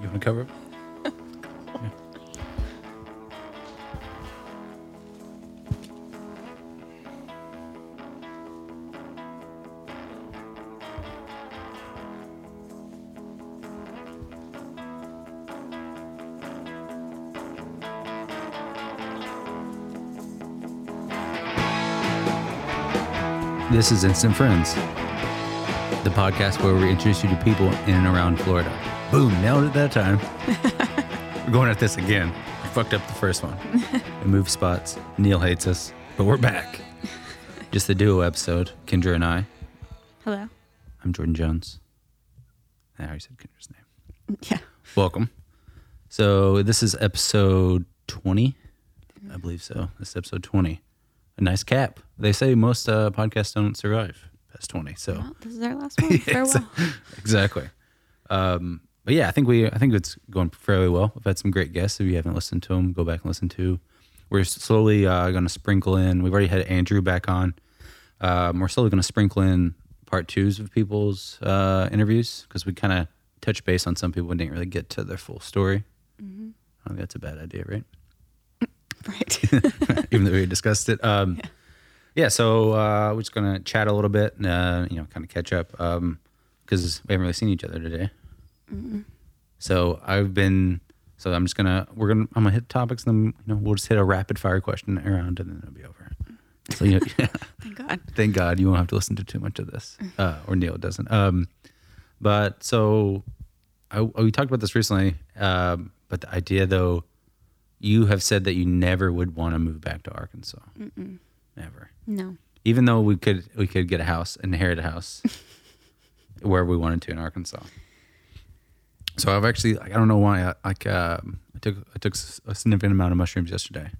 You want to cover it? This is Instant Friends, the podcast where we introduce you to people in and around Florida. Boom, nailed it that time. we're going at this again. We fucked up the first one. we moved spots. Neil hates us, but we're back. Just the duo episode, Kendra and I. Hello. I'm Jordan Jones. I already said Kendra's name. Yeah. Welcome. So this is episode 20. I believe so. This is episode 20. A nice cap. They say most uh, podcasts don't survive past 20. So Well, this is our last one. Farewell. exactly. Um, but yeah, I think we I think it's going fairly well. We've had some great guests. If you haven't listened to them, go back and listen to. We're slowly uh, going to sprinkle in. We've already had Andrew back on. Um, we're slowly going to sprinkle in part twos of people's uh, interviews because we kind of touched base on some people and didn't really get to their full story. I don't think that's a bad idea, right? Right. even though we discussed it. Um, yeah. so uh, we're just gonna chat a little bit, and, uh, you know, kind of catch up because we haven't really seen each other today. So I've been. So I'm just gonna we're gonna I'm gonna hit topics, and then you know we'll just hit a rapid fire question around, and then it'll be over. So you know, Thank God. thank God you won't have to listen to too much of this, uh, or Neil doesn't. Um, but so I, we talked about this recently, um, but the idea though, you have said that you never would want to move back to Arkansas, never. No. Even though we could we could get a house, inherit a house, where we wanted to in Arkansas. So I've actually like, I don't know why I, like um I took I took s- a significant amount of mushrooms yesterday.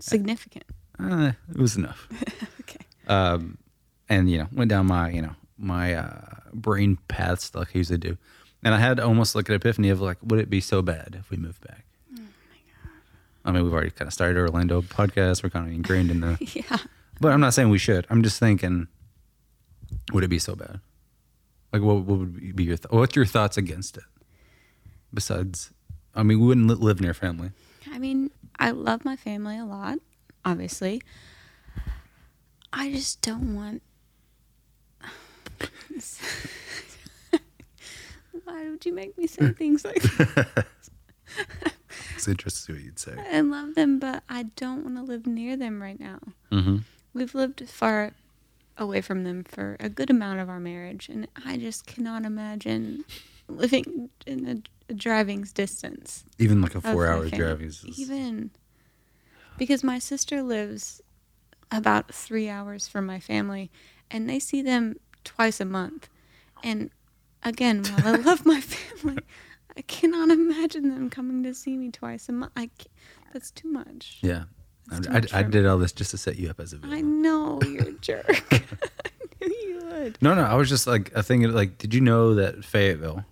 Significant. Uh, it was enough. Okay. um, and you know went down my you know my uh, brain paths like I usually do, and I had almost like an epiphany of like, would it be so bad if we moved back? I mean, we've already kind of started Orlando podcast. We're kind of ingrained in the, Yeah. but I'm not saying we should. I'm just thinking, would it be so bad? Like, what, what would be your th- what's your thoughts against it? Besides, I mean, we wouldn't li- live near family. I mean, I love my family a lot, obviously. I just don't want. Why would you make me say things like that? It's interesting what you'd say. I love them, but I don't want to live near them right now. Mm-hmm. We've lived far away from them for a good amount of our marriage, and I just cannot imagine living in a, a driving's distance. Even like a of four my hour family. drive is is- Even because my sister lives about three hours from my family, and they see them twice a month. And again, while I love my family, I cannot imagine them coming to see me twice a month. I ca- that's too much. Yeah. I, That's too I- much I for did all this just to set you up as a I victim. know you're a jerk. I knew you would. No, no. I was just like I thinking like, did you know that Fayetteville,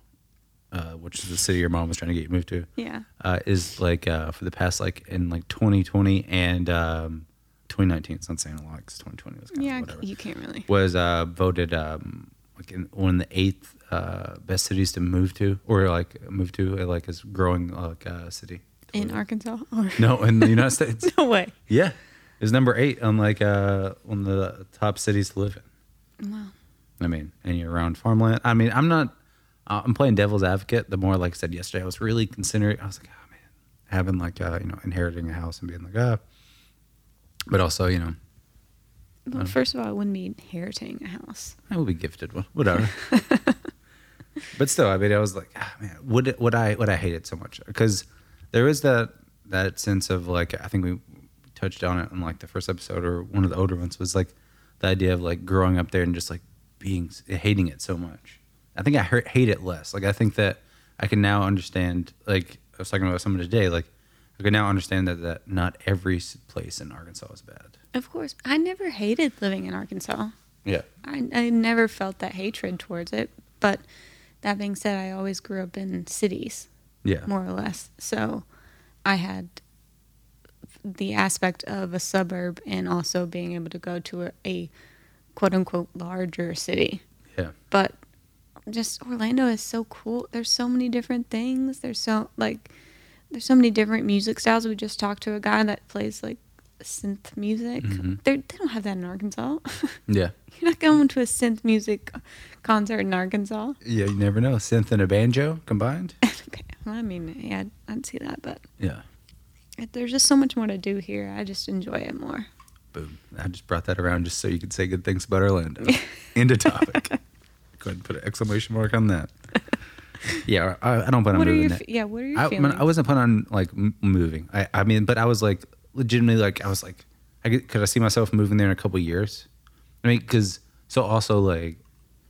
uh, which is the city your mom was trying to get you moved to, Yeah. uh, is like uh, for the past like in like 2020 and um, 2019. It's not saying a lot 'cause 2020 was kind of Yeah, I c- whatever. you can't really. Was uh, voted um, like in, one of the eighth uh, best cities to move to, or like move to, uh, like as growing like uh, city. In Arkansas? Or No, in the United States. no way. Yeah, it was number eight on like uh one of the top cities to live in. Wow. I mean, and you're around farmland. I mean, I'm not. Uh, I'm playing devil's advocate. The more, like I said yesterday, I was really considering. I was like, oh man, having like uh, you know inheriting a house and being like ah, but also you know Well, first of all, I wouldn't be inheriting a house. I will be gifted one, whatever. but still, I mean, I was like, ah, man, would it, would I would I hate it so much? Because there is that that sense of like I think we touched on it in like the first episode or one of the older ones was like the idea of like growing up there and just like being hating it so much. I think I hurt, hate it less. Like I think that I can now understand. Like I was talking about someone today. Like I can now understand that that not every s- place in Arkansas is bad. Of course, I never hated living in Arkansas. Yeah. I, I never felt that hatred towards it. But that being said, I always grew up in cities, Yeah. more or less. So I had the aspect of a suburb and also being able to go to a, a quote unquote larger city. Yeah. But just Orlando is so cool. There's so many different things. There's so like there's so many different music styles. We just talked to a guy that plays like synth music. Mhm. They're- They don't have that in Arkansas. Yeah. You're not going to a synth music concert in Arkansas. Yeah, you never know. Synth and a banjo combined. Okay, well, I mean, yeah, I'd, I'd see that, but Yeah. it- there's just so much more to do here. I just enjoy it more. Boom. I just brought that around just so you could say good things about Orlando. End of topic. Go ahead and put an exclamation mark on that. Yeah, I, I don't plan on what are moving. your that. f- yeah? What are your I, I, mean, feelings? I wasn't planning on like m- moving. I, I mean, but I was like legitimately like I was like, I could, could I see myself moving there in a couple years? I mean, because so also like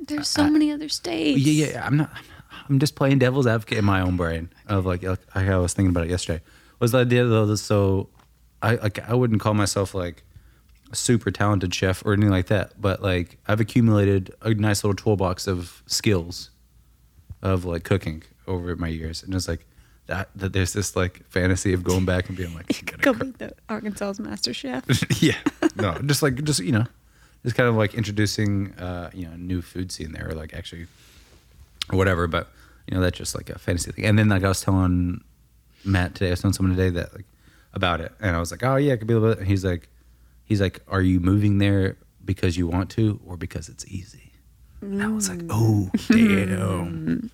there's so many other states. yeah, yeah. I'm not. I'm not- I'm just playing devil's advocate in my own brain of like, like I was thinking about it yesterday. Was the idea though? that- So I like I wouldn't call myself like a super talented chef or anything like that, but like I've accumulated a nice little toolbox of skills of like cooking over my years, and it's like that. That there's this like fantasy of going back and being like, I'm gonna Go cr- be the Arkansas's master chef. yeah. No, just like just you know, just kind of like introducing uh, you know, new food scene there, or like actually or whatever, but you know, that's just like a fantasy thing. And then like I was telling Matt today, I was telling someone today that like about it. And I was like, Oh yeah, it could be a little bit and he's like he's like, Are you moving there because you want to or because it's easy? And I was like, Oh damn.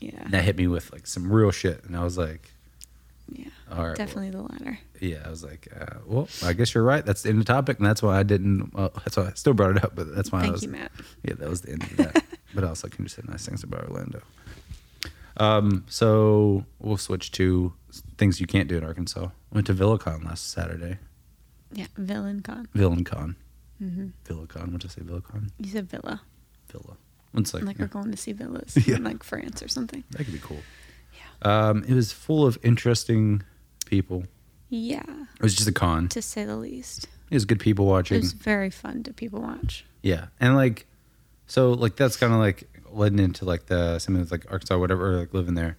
Yeah, And that hit me with like some real shit. And I was like, yeah, All right. well, definitely the latter. yeah, I was like, uh, well, I guess you're right. That's the end of the topic, and that's why I didn't. Well, that's why I still brought it up, but that's why I Thank was. you, Matt. Yeah, that was the end of that. but I also can just say nice things about Orlando. Um, so we'll switch to things you can't do in Arkansas. Went to VillaCon last Saturday. Yeah, villain con. Mm-hmm. VillainCon. VillaCon. What did I say? VillaCon. You said villa, Villa. It's like, like yeah, we're going to see villas Yeah. in like France or something. that could be cool. Yeah. Um, it was full of interesting people. Yeah, It was just a con. to say the least. It was good people It watching. was very fun to people watch. Yeah, and like, so like that's kind of like led into like the something that's like Arkansas, whatever, or like living there,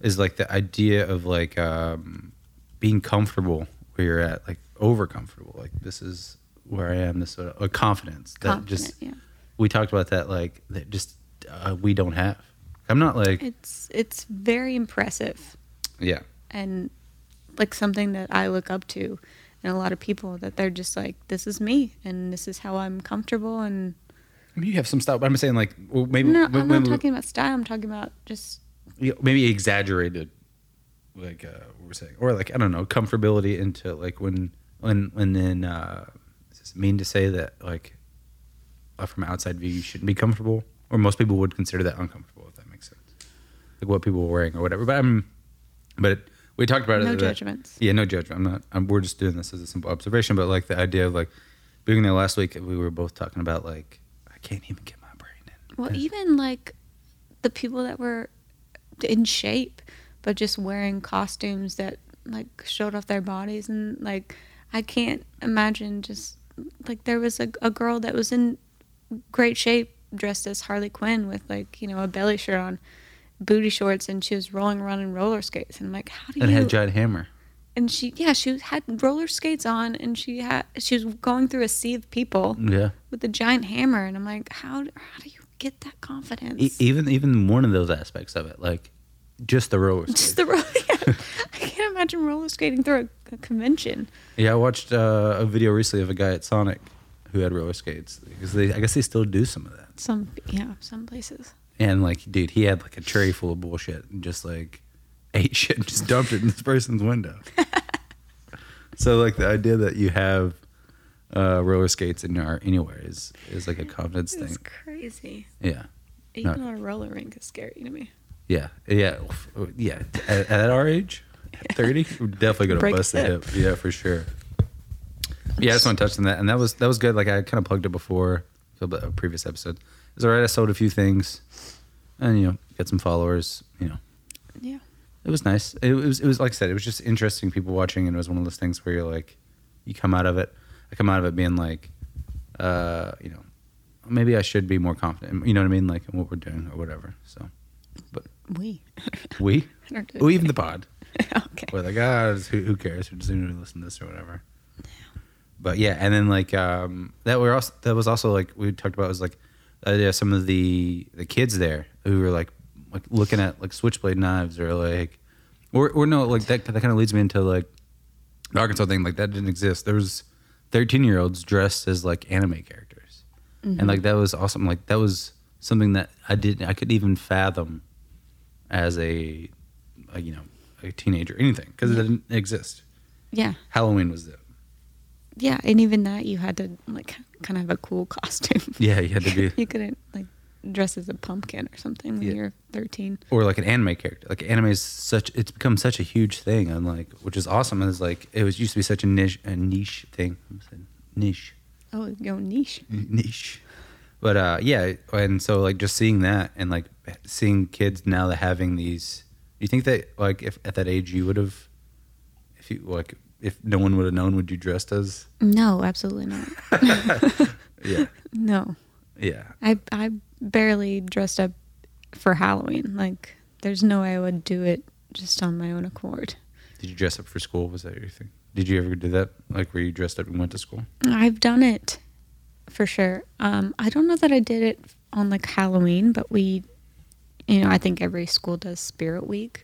is like the idea of like um, being comfortable where you're at, like over comfortable. Like this is where I am. This sort of- a confidence that Confident, just yeah. we talked about that like that just uh, we don't have. I'm not like It's it's very impressive. yeah and like something that I look up to and a lot of people that they're just like this is me and this is how I'm comfortable and I mean, you have some style, but I'm saying like well, maybe no maybe, I'm not talking about style I'm talking about just maybe exaggerated, like uh, what we're saying, or like I don't know, comfortability into like when when when then uh, does this mean to say that like uh, from outside view you shouldn't be comfortable, or most people would consider that uncomfortable if that makes sense, like what people were wearing or whatever. But I'm, but it, we talked about it. no that- judgments yeah, no judgment. I'm not. I'm, we're just doing this as a simple observation, but like the idea of like being there last week, we were both talking about like I can't even get my brain in. well even like the people that were in shape but just wearing costumes that like showed off their bodies and like I can't imagine just like there was a, a girl that was in great shape dressed as Harley Quinn with like you know a belly shirt on booty shorts and she was rolling around in roller skates and I'm like how do And you had a giant hammer. and she yeah she had roller skates on and she had she was going through a sea of people Yeah. with a giant hammer and I'm like how do- how do you get that confidence E- even even one of those aspects of it, like just the roller skates. just the roller yeah. I can't imagine roller skating through a, a convention yeah, I watched uh, a video recently of a guy at Sonic who had roller skates because they, I guess they still do some of that. some yeah some places And like, dude, he had like a tray full of bullshit and just like ate shit and just dumped it in this person's window. so like the idea that you have uh, roller skates in our anywhere is is like a confidence it's thing. crazy Yeah. No. even on a roller rink is scary to me Yeah, yeah, Oof. yeah. At, at our age, thirty, we're definitely gonna Break a bust the hip. hip. Yeah, for sure. Yeah, I just want to touch on that, and that was that was good. Like I kind of plugged it before a bit- a previous episode. It was all right. I sold a few things, and you know, got some followers. You know, yeah it was nice. It was it was like I said, it was just interesting people watching, and it was one of those things where you're like, you come out of it. I come out of it being like, uh, you know, maybe I should be more confident. You know what I mean? Like in what we're doing or whatever. So we we. I don't do Or even the pod. okay We're like, ah, it's- who, who cares? We're just going to listen to this or whatever. But yeah, and then like um, that. We're also that was also like we talked about was like the idea of some of the the kids there who were like like looking at like switchblade knives or like or or no like that that kind of leads me into like the Arkansas thing like that didn't exist. There was thirteen year olds dressed as like anime characters, and like that was awesome. Like that was something that I didn't I could even fathom as a, a you know a teenager anything because it didn't exist. Yeah. Halloween was it. Yeah. And even that, you had to like kind of have a cool costume. Yeah, you had to be you couldn't like dress as a pumpkin or something when Yeah. you're 13. or like an anime character. Like anime is such it's become such a huge thing and like which is awesome is like it was used to be such a niche a niche thing. I'm saying niche. Oh, go niche. Niche. But uh yeah, and so like just seeing that and like seeing kids now that having these do you think that like if at that age you would have if you like if no one would have known would you dressed as No, absolutely not. Yeah. No. yeah. I I barely dressed up for Halloween. Like there's no way I would do it just on my own accord. Did you dress up for school? Was that your thing? Did you ever do that? Like where you dressed up and went to school? I've done it for sure. Um, I don't know that I did it on like Halloween, but we, you know, I think every school does Spirit Week.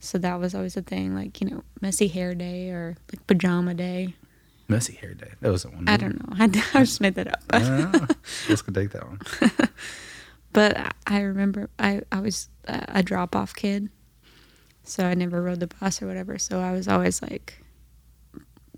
So that was always a thing, like, you know, messy hair day or like pajama day. Messy hair day. That wasn't one. I was it? don't know. I, I just made that up. Mm-hmm. Ah, let's go take that one. But I- I remember I, I was uh, a drop off kid. So I never rode the bus or whatever. So I was always like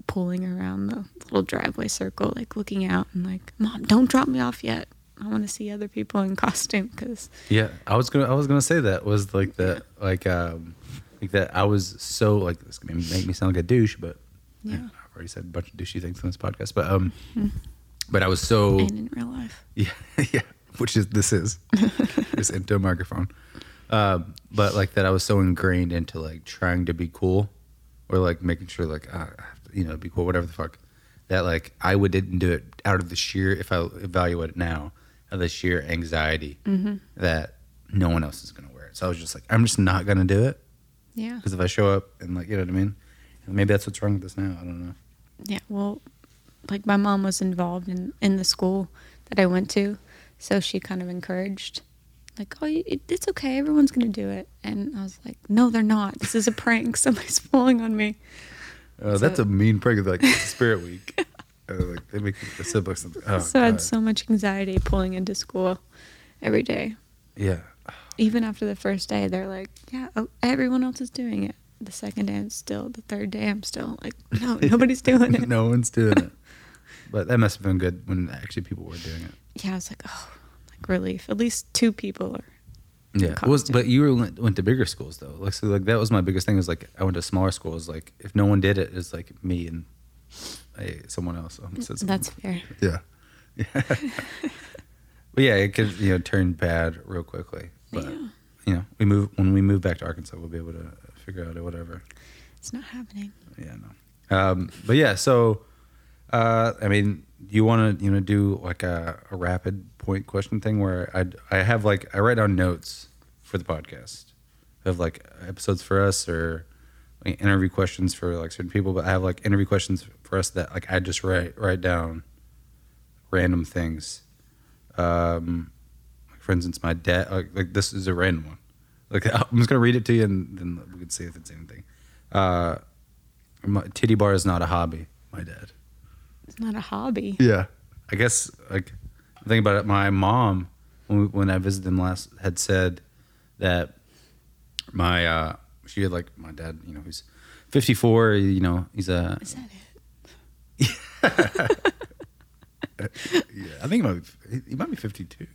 pulling around the little driveway circle, like looking out and like, Mom, don't drop me off yet. I want to see other people in costume because Yeah, I was gonna I was gonna say that was like the like um like that I was so like this gonna make me sound like a douche, but Yeah. Hmm. I've already said a bunch of douchey things on this podcast, but um, but I was so and in real life. yeah, yeah, which is this is just into a microphone. Um, but like that, I was so ingrained into like trying to be cool, or like making sure like ah, I have to, you know be cool, whatever the fuck. That like I would didn't do it out of the sheer if I evaluate it now of the sheer anxiety that no one else is gonna wear it. So I was just like, I'm just not gonna do it Yeah. because if I show up and like you know what I mean, and maybe that's what's wrong with us now. I don't know. Yeah. Well, like my mom was involved in, in the school that I went to. So she kind of encouraged, like, oh, you- it, it's okay. Everyone's going to do it. And I was like, no, they're not. This is a prank. Somebody's pulling on me. Oh, that's a mean prank. Like Spirit Week. Uh, like they make the siblings. Oh, so I God. had so much anxiety pulling into school every day. Yeah. Even after the first day, they're like, "Yeah, oh, everyone else is doing it." The second day, I'm still. The third day, I'm still like, "No, nobody's doing it." no one's doing it. But that must have been good when actually people were doing it. Yeah, I was like, "Oh, like relief." At least two people are. Yeah. Cocked It was, it. but you were, went, went to bigger schools though. Like so, like that was my biggest thing. Was like I went to smaller schools. Like if no one did it, it's like me and I, someone else. Um, said something. That's fair. yeah. Yeah. but yeah, it could you know turn bad real quickly. But Yeah. you know, we move when we move back to Arkansas, we'll be able to figure out or whatever. It's not happening. Yeah, no. Um, but yeah, so uh, I mean, you want to you know do like a, a rapid point question thing where I I have like I write down notes for the podcast of like episodes for us or like, interview questions for like certain people, but I have like interview questions for us that like I just write write down random things. Um, like for instance, my dad like, like this is a random one. Like I'm just gonna read it to you and then we can see if it's anything. Uh, my, titty bar is not a hobby. My dad. It's not a hobby. Yeah. I guess like think about it. My mom, when, we, when I visited them last, had said that my uh, she had like my dad. You know, he's fifty four. You know, he's a Is that it? yeah, I think he might be, he might be fifty two.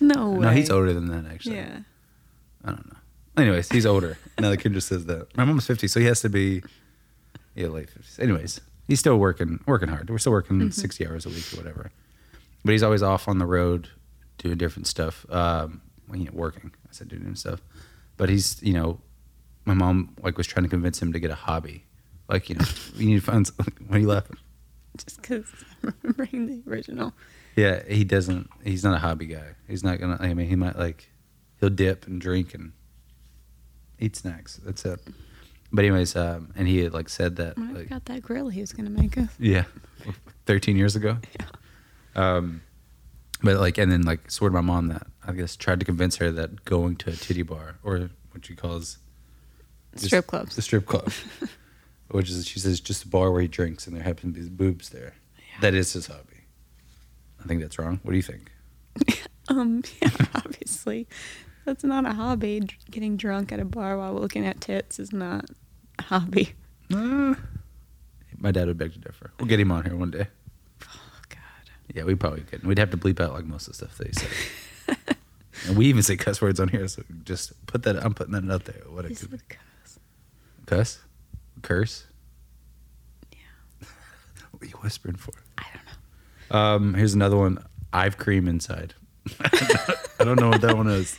No No, he's way. older than that actually. Yeah. I don't know. Anyways, he's older. Another kid just says that. My mom's fifty, so he has to be yeah, late fifties. Anyways, he's still working working hard. We're still working sixty hours a week or whatever. But he's always off on the road doing different stuff. Um well, you know, working. I said doing different stuff. But he's you know, my mom like was trying to convince him to get a hobby. Like, you know, you need to find something when you left. Just because I'm remembering the original. Yeah, he doesn't. He's not a hobby guy. He's not gonna. I mean, he might like, he'll dip and drink and eat snacks. That's it. But anyways, um, and he had like said that. When I Like, got that grill, he was gonna make us. yeah, thirteen years ago. Yeah. Um, But like, and then like, swore to my mom that I guess tried to convince her that going to a titty bar or what she calls just Strip clubs. the strip club, which is she says just a bar where he drinks and there happen to be boobs there. That is his hobby. I think that's wrong. What do you think? Um, yeah, obviously, that's not a hobby. Dr- Getting drunk at a bar while looking at tits is not a hobby. Uh, my dad would beg to differ. We'll get him on here one day. Oh God, Yeah, we probably couldn't. We'd have to bleep out like most of the stuff they say. and we even say cuss words on here, so just put that. I'm putting that out there. What it this could be. would cause. cuss, curse. Yeah. What are you whispering for? I don't know. Um, here's another one. I've cream inside. I don't know what that one is.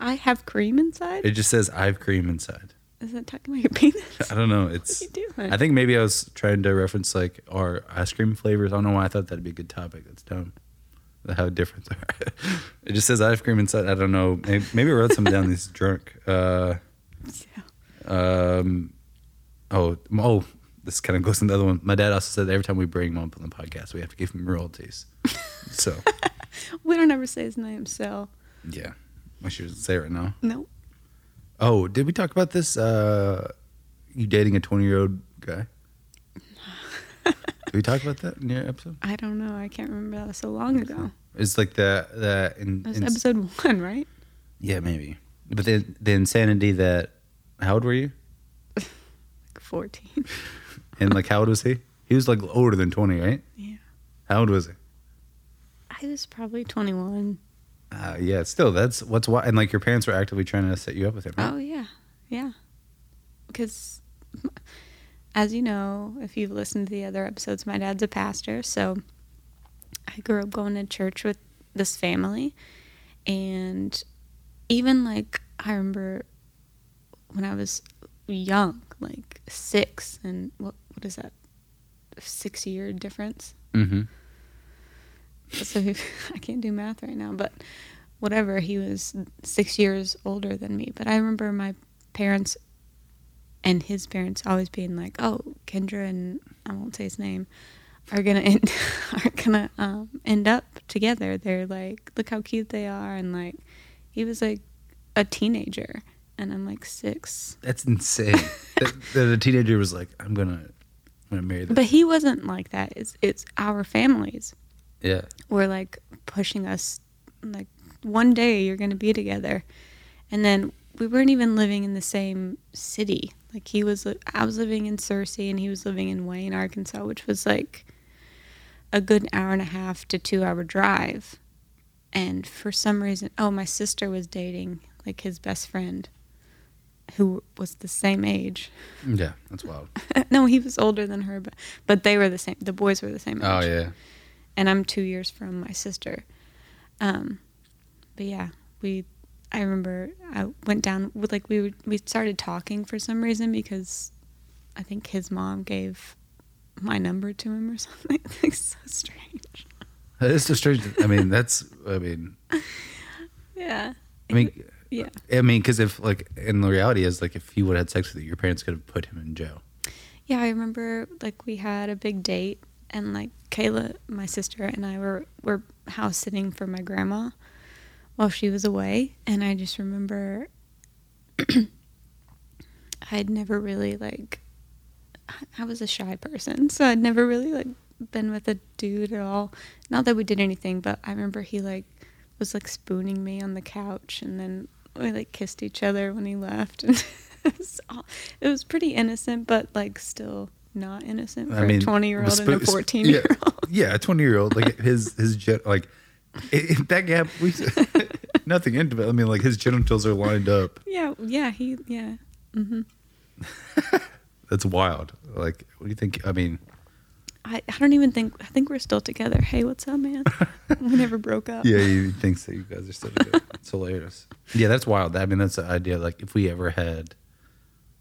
I have cream inside. It just says I've cream inside. Is that talking about your penis? I don't know. It's. What are you doing? I think maybe I was trying to reference like our ice cream flavors. I don't know why I thought that'd be a good topic. That's dumb. How different they are. it just says ice cream inside. I don't know. Maybe, maybe I wrote something down. This drunk. Uh, Yeah. um, oh, oh, this kind of goes into the other one. My dad also said that every time we bring him up on the podcast, we have to give him royalties. so We don't ever say his name, so yeah, I should say it right now. no. Oh, did we talk about this? Uh, you dating a twenty-year-old guy? did we talk about that in your episode? I don't know. I can't remember. That was so long ago. It's like the the in, That was in- episode one, right? yeah maybe, but the the insanity that how old were you? Like fourteen. And like how old was he? He was like older than twenty, right? Yeah. How old was he? I was probably twenty-one. Uh, yeah, still that's what's why and like your parents were actively trying to set you up with him. Right? Oh yeah, yeah. Because, as you know, if you've listened to the other episodes, my dad's a pastor, so I grew up going to church with this family, and even like I remember when I was young, like six, and what what is that? Six year difference Mm-hmm. so he- I can't do math right now, but whatever, he was six years older than me. But I remember my parents and his parents always being like, "Oh, Kendra and I won't say his name are gonna end, are gonna um, end up together. They're like, look how cute they are," and like he was like a teenager, and I'm like six. That's insane. that, that a teenager was like, I'm gonna, I'm gonna marry this. But he wasn't like that. It's it's our families. yeah, were like pushing us like one day you're going to be together and then we weren't even living in the same city like he was li- i was living in searcy and he was living in wayne arkansas which was like a good hour and a half to two hour drive and for some reason oh my sister was dating like his best friend who was the same age yeah, that's wild. no he was older than her but, but they were the same the boys were the same age Oh yeah, and I'm two years from my sister. Um, but yeah, we. I remember I went down with like we would, we started talking for some reason because I think his mom gave my number to him or something. like so strange. it's so strange. I mean, that's, I mean, Yeah. I mean, Yeah. I mean, because if like, in the reality is like, if he would have had sex with you, your parents could have put him in jail. Yeah, I remember like we had a big date and like Kayla, my sister and I were were house sitting for my grandma while she was away and I just remember I'd never really like I- I was a shy person, so I'd never really like been with a dude at all. Not that we did anything, but I remember he like was like spooning me on the couch and then we like kissed each other when he left and it was, all, it was pretty innocent but like still not innocent for I mean, a 20 year old sp- and a sp- 14 year old Yeah, a twenty-year-old like his his gen- like it, it- that gap. We nothing intimate. I mean, like his genitals are lined up. yeah yeah he yeah That's wild. Like, what do you think? I mean, I, I don't even think I think we're still together. Hey, what's up, man? we never broke up. yeah, he thinks that you guys are still together. it's hilarious. Yeah, that's wild. I mean, that's the idea. Like, if we ever had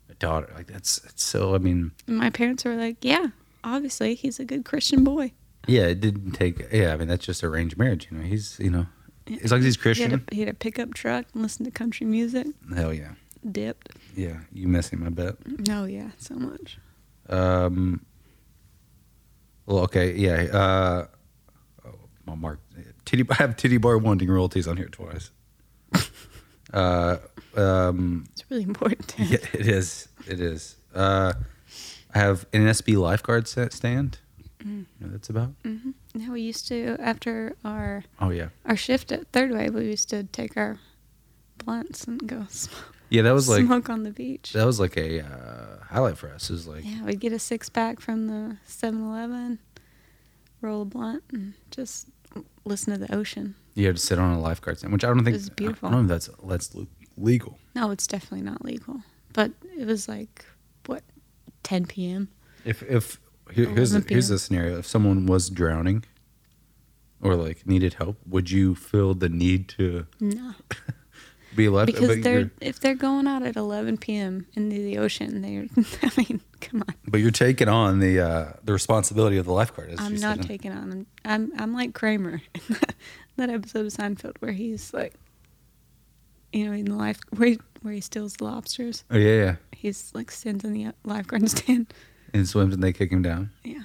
a daughter, like that's it's so. I mean, My parents were like, "Yeah, obviously he's a good Christian boy." yeah, it didn't take. Yeah, I mean, that's just arranged marriage. You know, he's you know, as long as he's He had, Christian. a, he had a pickup truck and listened to country music. Hell yeah, Dipped. yeah. You missing my bet. No, yeah, so much. Um. Well, okay, yeah. Uh, oh, I'll mark titty. I have titty bar wanting royalties on here twice. uh, um, It's really important. to yeah, it is. It is. Uh, I have an NSB lifeguard set stand. You know what that's about. hmm Now we used to after our Oh yeah, our shift at Third Way, we used to take our blunts and go smoke, yeah. That was like smoke on the beach. that was like a uh, highlight for us. Is like yeah, we'd get a six pack from the 7-Eleven, roll a blunt, and just listen to the ocean. you had to sit on a lifeguard stand, which I don't think It's beautiful. I don't know if that's that's le- legal. No, it's definitely not legal, but it was like what 10 p.m. If if here, here's the, Olympian. here's the scenario: if someone was drowning, or like needed help, would you feel the need to No, be left? because but they're you're, if they're going out at 11 p.m. into the ocean, they're I mean, come on. but you're taking on the uh, the responsibility of the lifeguard. as I'm you not said. taking on him. I'm I'm like Kramer in that, that episode of Seinfeld where he's like, you know, in the life where he, where he steals the lobsters. Oh yeah, yeah. He's like sends in the uh, lifeguard stand. And swims and they kick him down. Yeah,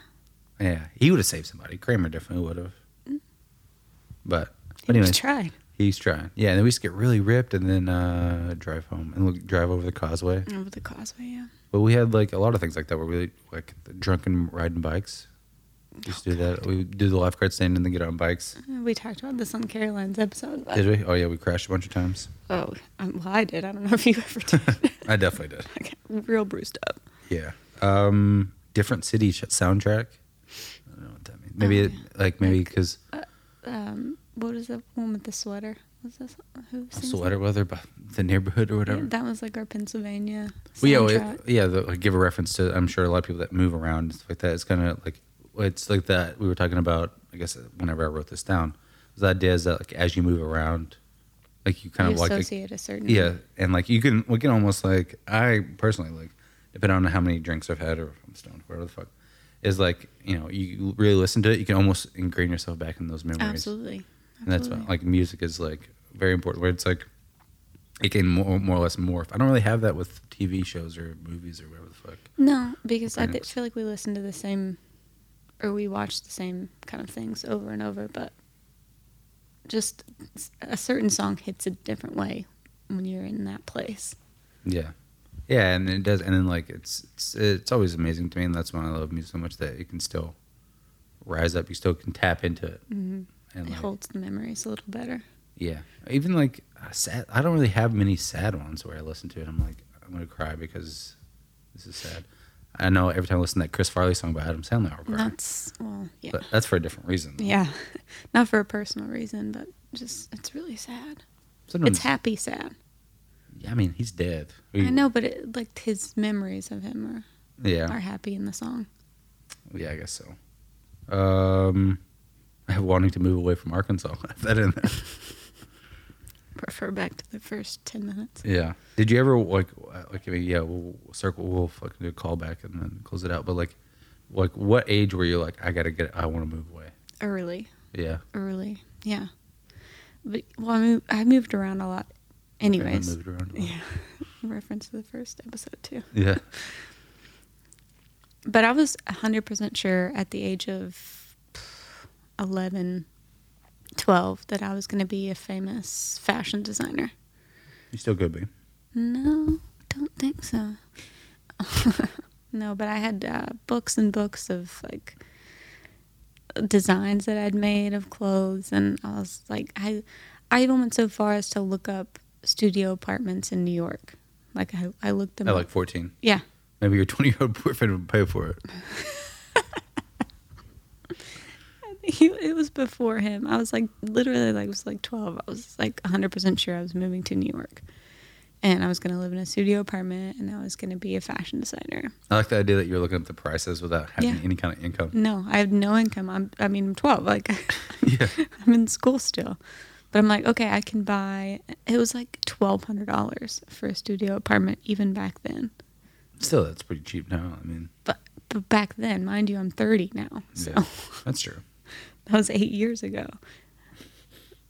Yeah, he would have saved somebody. Kramer definitely would have. But Mm. he but anyway, tried. he's trying. Yeah, and then we just get really ripped and then uh, drive home and look, drive over the causeway. Over the causeway. Yeah, But we had like a lot of things like that where we like the drunken riding bikes. Just do that. We do the lifeguard stand and then get on bikes. Uh, we talked about this on Caroline's episode. But, Did we? Oh yeah, we crashed a bunch of times. Oh, um, well, I did. I don't know if you ever did. I definitely did. I got real bruised up. Yeah. Um, different city sh- soundtrack. I don't know what that means. Maybe Oh, it, like maybe because Um, what is the one with the sweater? Was that who sings that? sweater weather, but the neighborhood or Yeah, whatever. that was like our Pennsylvania. Well, yeah, well, soundtrack. it- yeah. The, like, give a reference to. I'm sure a lot of people that move around and stuff like that. It's kind of like it's like that we were talking about. I guess whenever I wrote this down, the idea is that like as you move around, like you kind you of like associate a certain yeah, and like you can we can almost like I personally like depending on how many drinks I've had or if I'm stoned, whatever the fuck, is like you know you really listen to it. You can almost ingrain yourself back in those memories. Absolutely. And that's Absolutely. what, like music is like very important. Where it's like it can more, more or less morph. I don't really have that with TV shows or movies or whatever the fuck. no, because I Thanks. thi- feel like we listen to the same, or we watch the same kind of things over and over. But just s- a certain song hits a different way when you're in that place. Yeah, yeah, and it does. And then like it's it's, it's always amazing to me, and that's why I love music so much that it can still rise up. You still can tap into it, Mhm. and It like, holds the memories a little better. yeah, even like uh, sad. I don't really have many sad ones where I listen to it. I'm like I'm gonna cry because this is sad. I know every time I listen to that Chris Farley song by Adam Sandler, I'll cry. That's well, yeah, But that's for a different reason. though. yeah, not for a personal reason, but just it's really sad. Sometimes- It's happy sad. I mean, he's dead. I know, but it, like his memories of him are, Yeah. are happy in the song. Yeah, I guess so. Um, I have wanting to move away from Arkansas. Have that in there. Refer back to the first ten minutes. yeah. Did you ever like uh, like I mean, yeah, we'll circle. We'll fucking do a callback and then close it out. But like, like what age were you like? I gotta get. I want to move away. Early. Yeah. early. Yeah. But well, I moved, I moved around a lot. Okay, I Anyways, moved around a lot. yeah. Reference to the first episode too. Yeah. But I was 100% sure at the age of 11, 12 that I was going to be a famous fashion designer. You still could be. No, don't think so. no, but I had uh, books and books of like designs that I'd made of clothes, and I was like, I, I even went so far as to look up studio apartments in New York. Like I, I looked them At up. like fourteen. yeah, Maybe your twenty-year-old boyfriend would pay for it. he, it was before him. I was like literally like was like twelve. I was like hundred percent sure I was moving to New York, and I was gonna live in a studio apartment, and I was gonna be a fashion designer. I like the idea that you're looking up the prices without having Yeah. Mm. any kind of income. No, I have no income. I'm, I mean, I'm 12. Like, yeah. I'm in school still. But I'm like, okay, I can buy. It was like $1,200 for a studio apartment, even back then. Still, that's pretty cheap now. I mean, But, but back then, mind you, I'm 30 now. So yeah, that's true. that was eight years ago.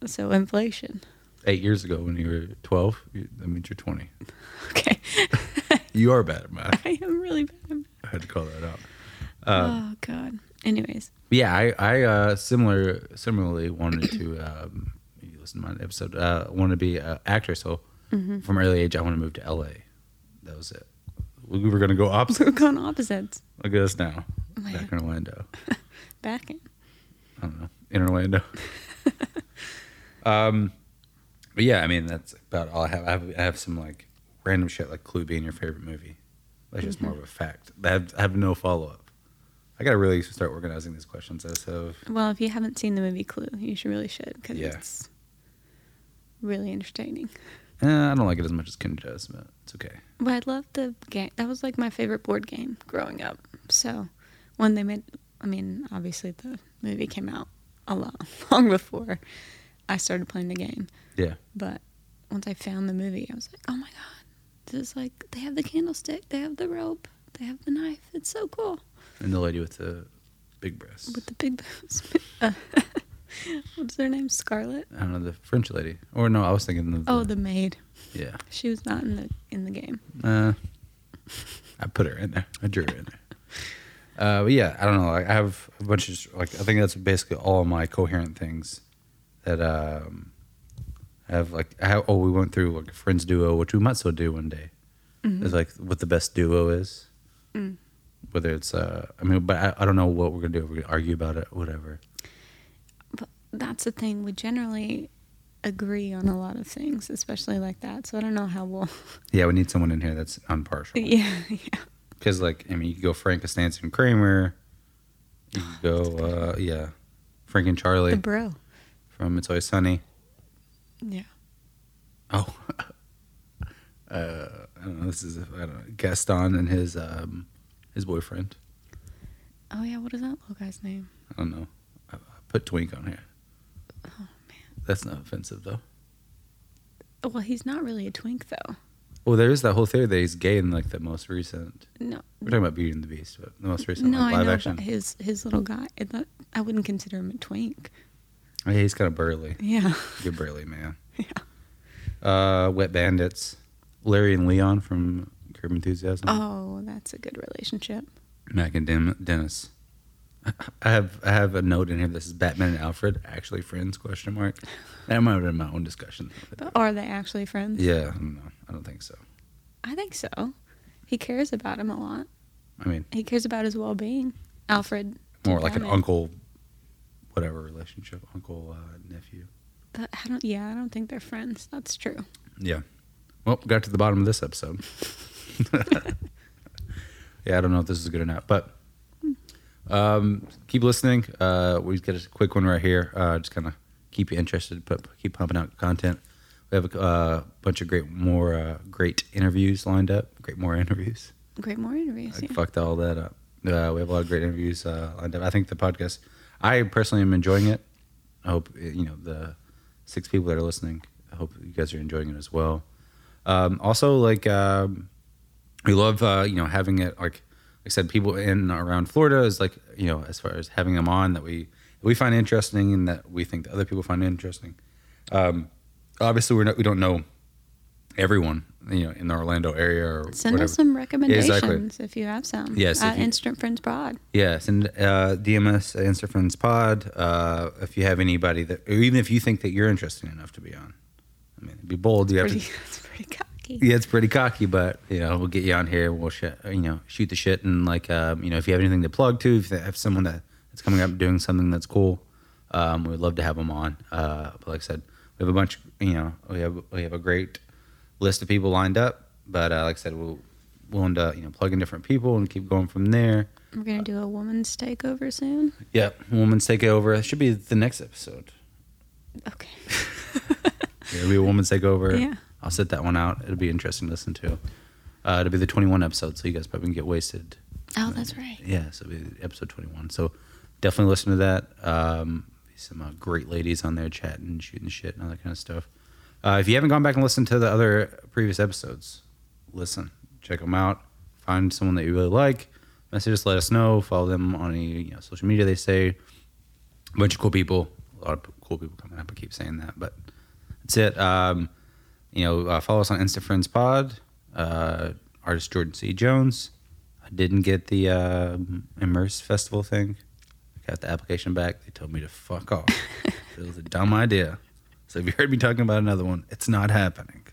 So inflation. eight years ago when you were 12, you- that means you're 20. Okay. You are bad at math. I am really bad. I had to call that out. oh, God. Anyways, But yeah, I, I uh, similar similarly wanted to um, you listen to my episode. Uh, wanted to be an actor, so Mm. from early age, I want to move to L.A. That was it. We were gonna go opposite. we're going opposites. Look at us now, my back in Orlando. Back in. I don't know, in Orlando. um, but yeah, I mean that's about all I have. I have, I have some like random shit like Clue being your favorite movie. That's just more of a fact. I have, I have no follow up. I gotta really start organizing these questions as of Well, if you haven't seen the movie Clue, you should really should because Yeah. it's really entertaining. Eh, I don't like it as much as Ken does, but it's okay. But I love the game. That was like my favorite board game growing up. So when they made, I mean, obviously the movie came out a lot long before I started playing the game. Yeah. But once I found the movie, I was like, oh my god, this is like they have the candlestick, they have the rope, they have the knife. It's so cool And the lady with the big breasts. with the big boobs. Uh, What's their name? Scarlet. I don't know the French lady, or no, I was thinking of the, Oh, the maid. yeah. She was not in the in the game. Uh, I put her in there. I drew her in there. Uh, but yeah, I don't know. Like, I have a bunch of just, like I think that's basically all my coherent things that um I have like I have, oh we went through like a friends duo, which we might still do one day. It's like what the best duo is. Whether it's uh I mean, but I, I don't know what we're gonna do. We're gonna argue about it, whatever. That's the thing. We generally agree on a lot of things, especially like that. So I don't know how we'll. Yeah, we need someone in here that's impartial. yeah, yeah. Because like I mean, you could go Frank Costanza and Kramer. You could go uh, yeah, Frank and Charlie Oh, The bro. from It's Always Sunny. Yeah. Oh, uh, I don't know. This is I don't know Gaston and his um, his boyfriend. Oh yeah. What is that little guy's name? I don't know. I, I put Twink on here. Oh man. That's not offensive though. Well, he's not really a twink though. Well, there is that whole theory that he's gay in like the most recent. No. We're talking about Beauty and the Beast, but the most recent no, like, I live know action. about his his little guy. It, that, I wouldn't consider him a twink. Oh, yeah, he's kind of burly. Yeah. You're burly, man. Yeah. Uh, Wet Bandits, Larry and Leon from Curb Enthusiasm. Oh, that's a good relationship. Mac and Dem- Dennis. I have I have a note in here. This is Batman and Alfred actually friends? Question mark. That might have been my own discussion. But are they actually friends? Yeah, I don't know. I don't think so. I think so. He cares about him a lot. I mean, He cares about his well being. Alfred. more like an Batman. uncle, whatever relationship, uncle uh, nephew. But I don't. Yeah, I don't think they're friends. That's true. Yeah. Well, got to the bottom of this episode. yeah, I don't know if this is good or not, but um, keep listening. Uh, we got a quick one right here. Uh, just kind of keep you interested, but keep pumping out content. We have a uh, bunch of great, more uh, great interviews lined up. Great more interviews. Great more interviews. I yeah. fucked all that up. Uh, we have a lot of great interviews uh, lined up. I think the podcast, I personally am enjoying it. I hope uh, you know the six people that are listening. I hope you guys are enjoying it as well. Um, also, like um, we love uh, you know having it like like I said, people in and around Florida is like you know as far as having them on that we that we find interesting and that we think that other people find interesting. Um, obviously, we're not, we don't know everyone you know in the Orlando area or Send whatever. us some recommendations exactly. if you have some. Yes, At if you- Instant Friends Broad. Yes, and uh, DM us at Insta Friends Pod uh, if you have anybody that, or even if you think that you're interesting enough to be on. I mean, it'd be bold. You have Pretty, to, it's pretty cocky. yeah, it's pretty cocky, but you know, we'll get you on here. We'll sh- you know shoot the shit and like um, you know if you have anything to plug to, if you have someone that, that's coming up doing something that's cool, um, we'd love to have them on. Uh, but like I said, we have a bunch. You know, we have we have a great list of people lined up. But uh, like I said, we'll willing to you know plug in different people and keep going from there. We're gonna do a woman's takeover soon. Yeah, woman's takeover. It should be the next episode. Okay. It'll be a woman's takeover. Yeah. I'll set that one out. It'll be interesting to listen to. Uh, it'll be the 21 episode, so you guys probably can get wasted. Oh, that's right. Yeah, so it'll be episode 21. So definitely listen to that. Um, some uh, great ladies on there chatting, shooting shit, and all that kind of stuff. Uh, if you haven't gone back and listened to the other previous episodes, listen, check them out. Find someone that you really like. Message us, let us know. Follow them on any you know, social media. They say a bunch of cool people. A lot of cool people coming up. I keep saying that, but that's it. Um, you know, uh, follow us on Insta Friends Pod. Uh, artist Jordan C. Jones. I didn't get the uh, Immerse um, Festival thing. Got the application back. They told me to fuck off. it was a dumb idea. So if you heard me talking about another one, it's not happening.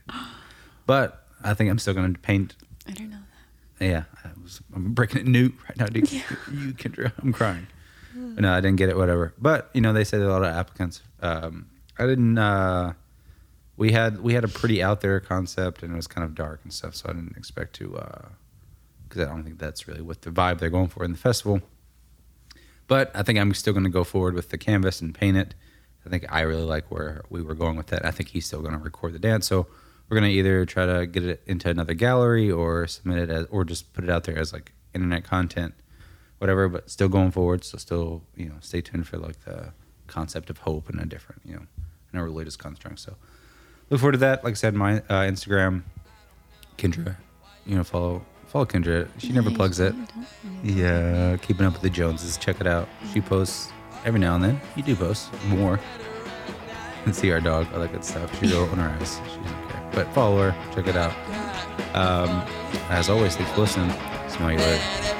But I think I'm still going to paint. I don't know. Yeah, I was, I'm breaking it new right now, dude. Yeah. You can. I'm crying. No, I didn't get it. Whatever. But you know, they said a lot of applicants. Um, I didn't. Uh, we had we had a pretty out there concept, and it was kind of dark and stuff. So I didn't expect to, because I don't think that's really what the vibe they're going for in the festival. But I think I'm still going to go forward with the canvas and paint it. I think I really like where we were going with that. I think he's still going to record the dance, so we're going to either try to get it into another gallery or submit it as, or just put it out there as like internet content, whatever. But still going forward, so still you know stay tuned for like the concept of hope and a different you know and a religious construct. So look forward to that. Like I said, my uh, Instagram, Kendra, you know follow follow Kendra. She never plugs it. Yeah, keeping up with the Joneses. Check it out. She posts every now and then. You do post more. And see our dog, all that good stuff. She's all on her eyes. She doesn't care. But follow her. Check it out. Um, as always, thanks for listening. Smell you later.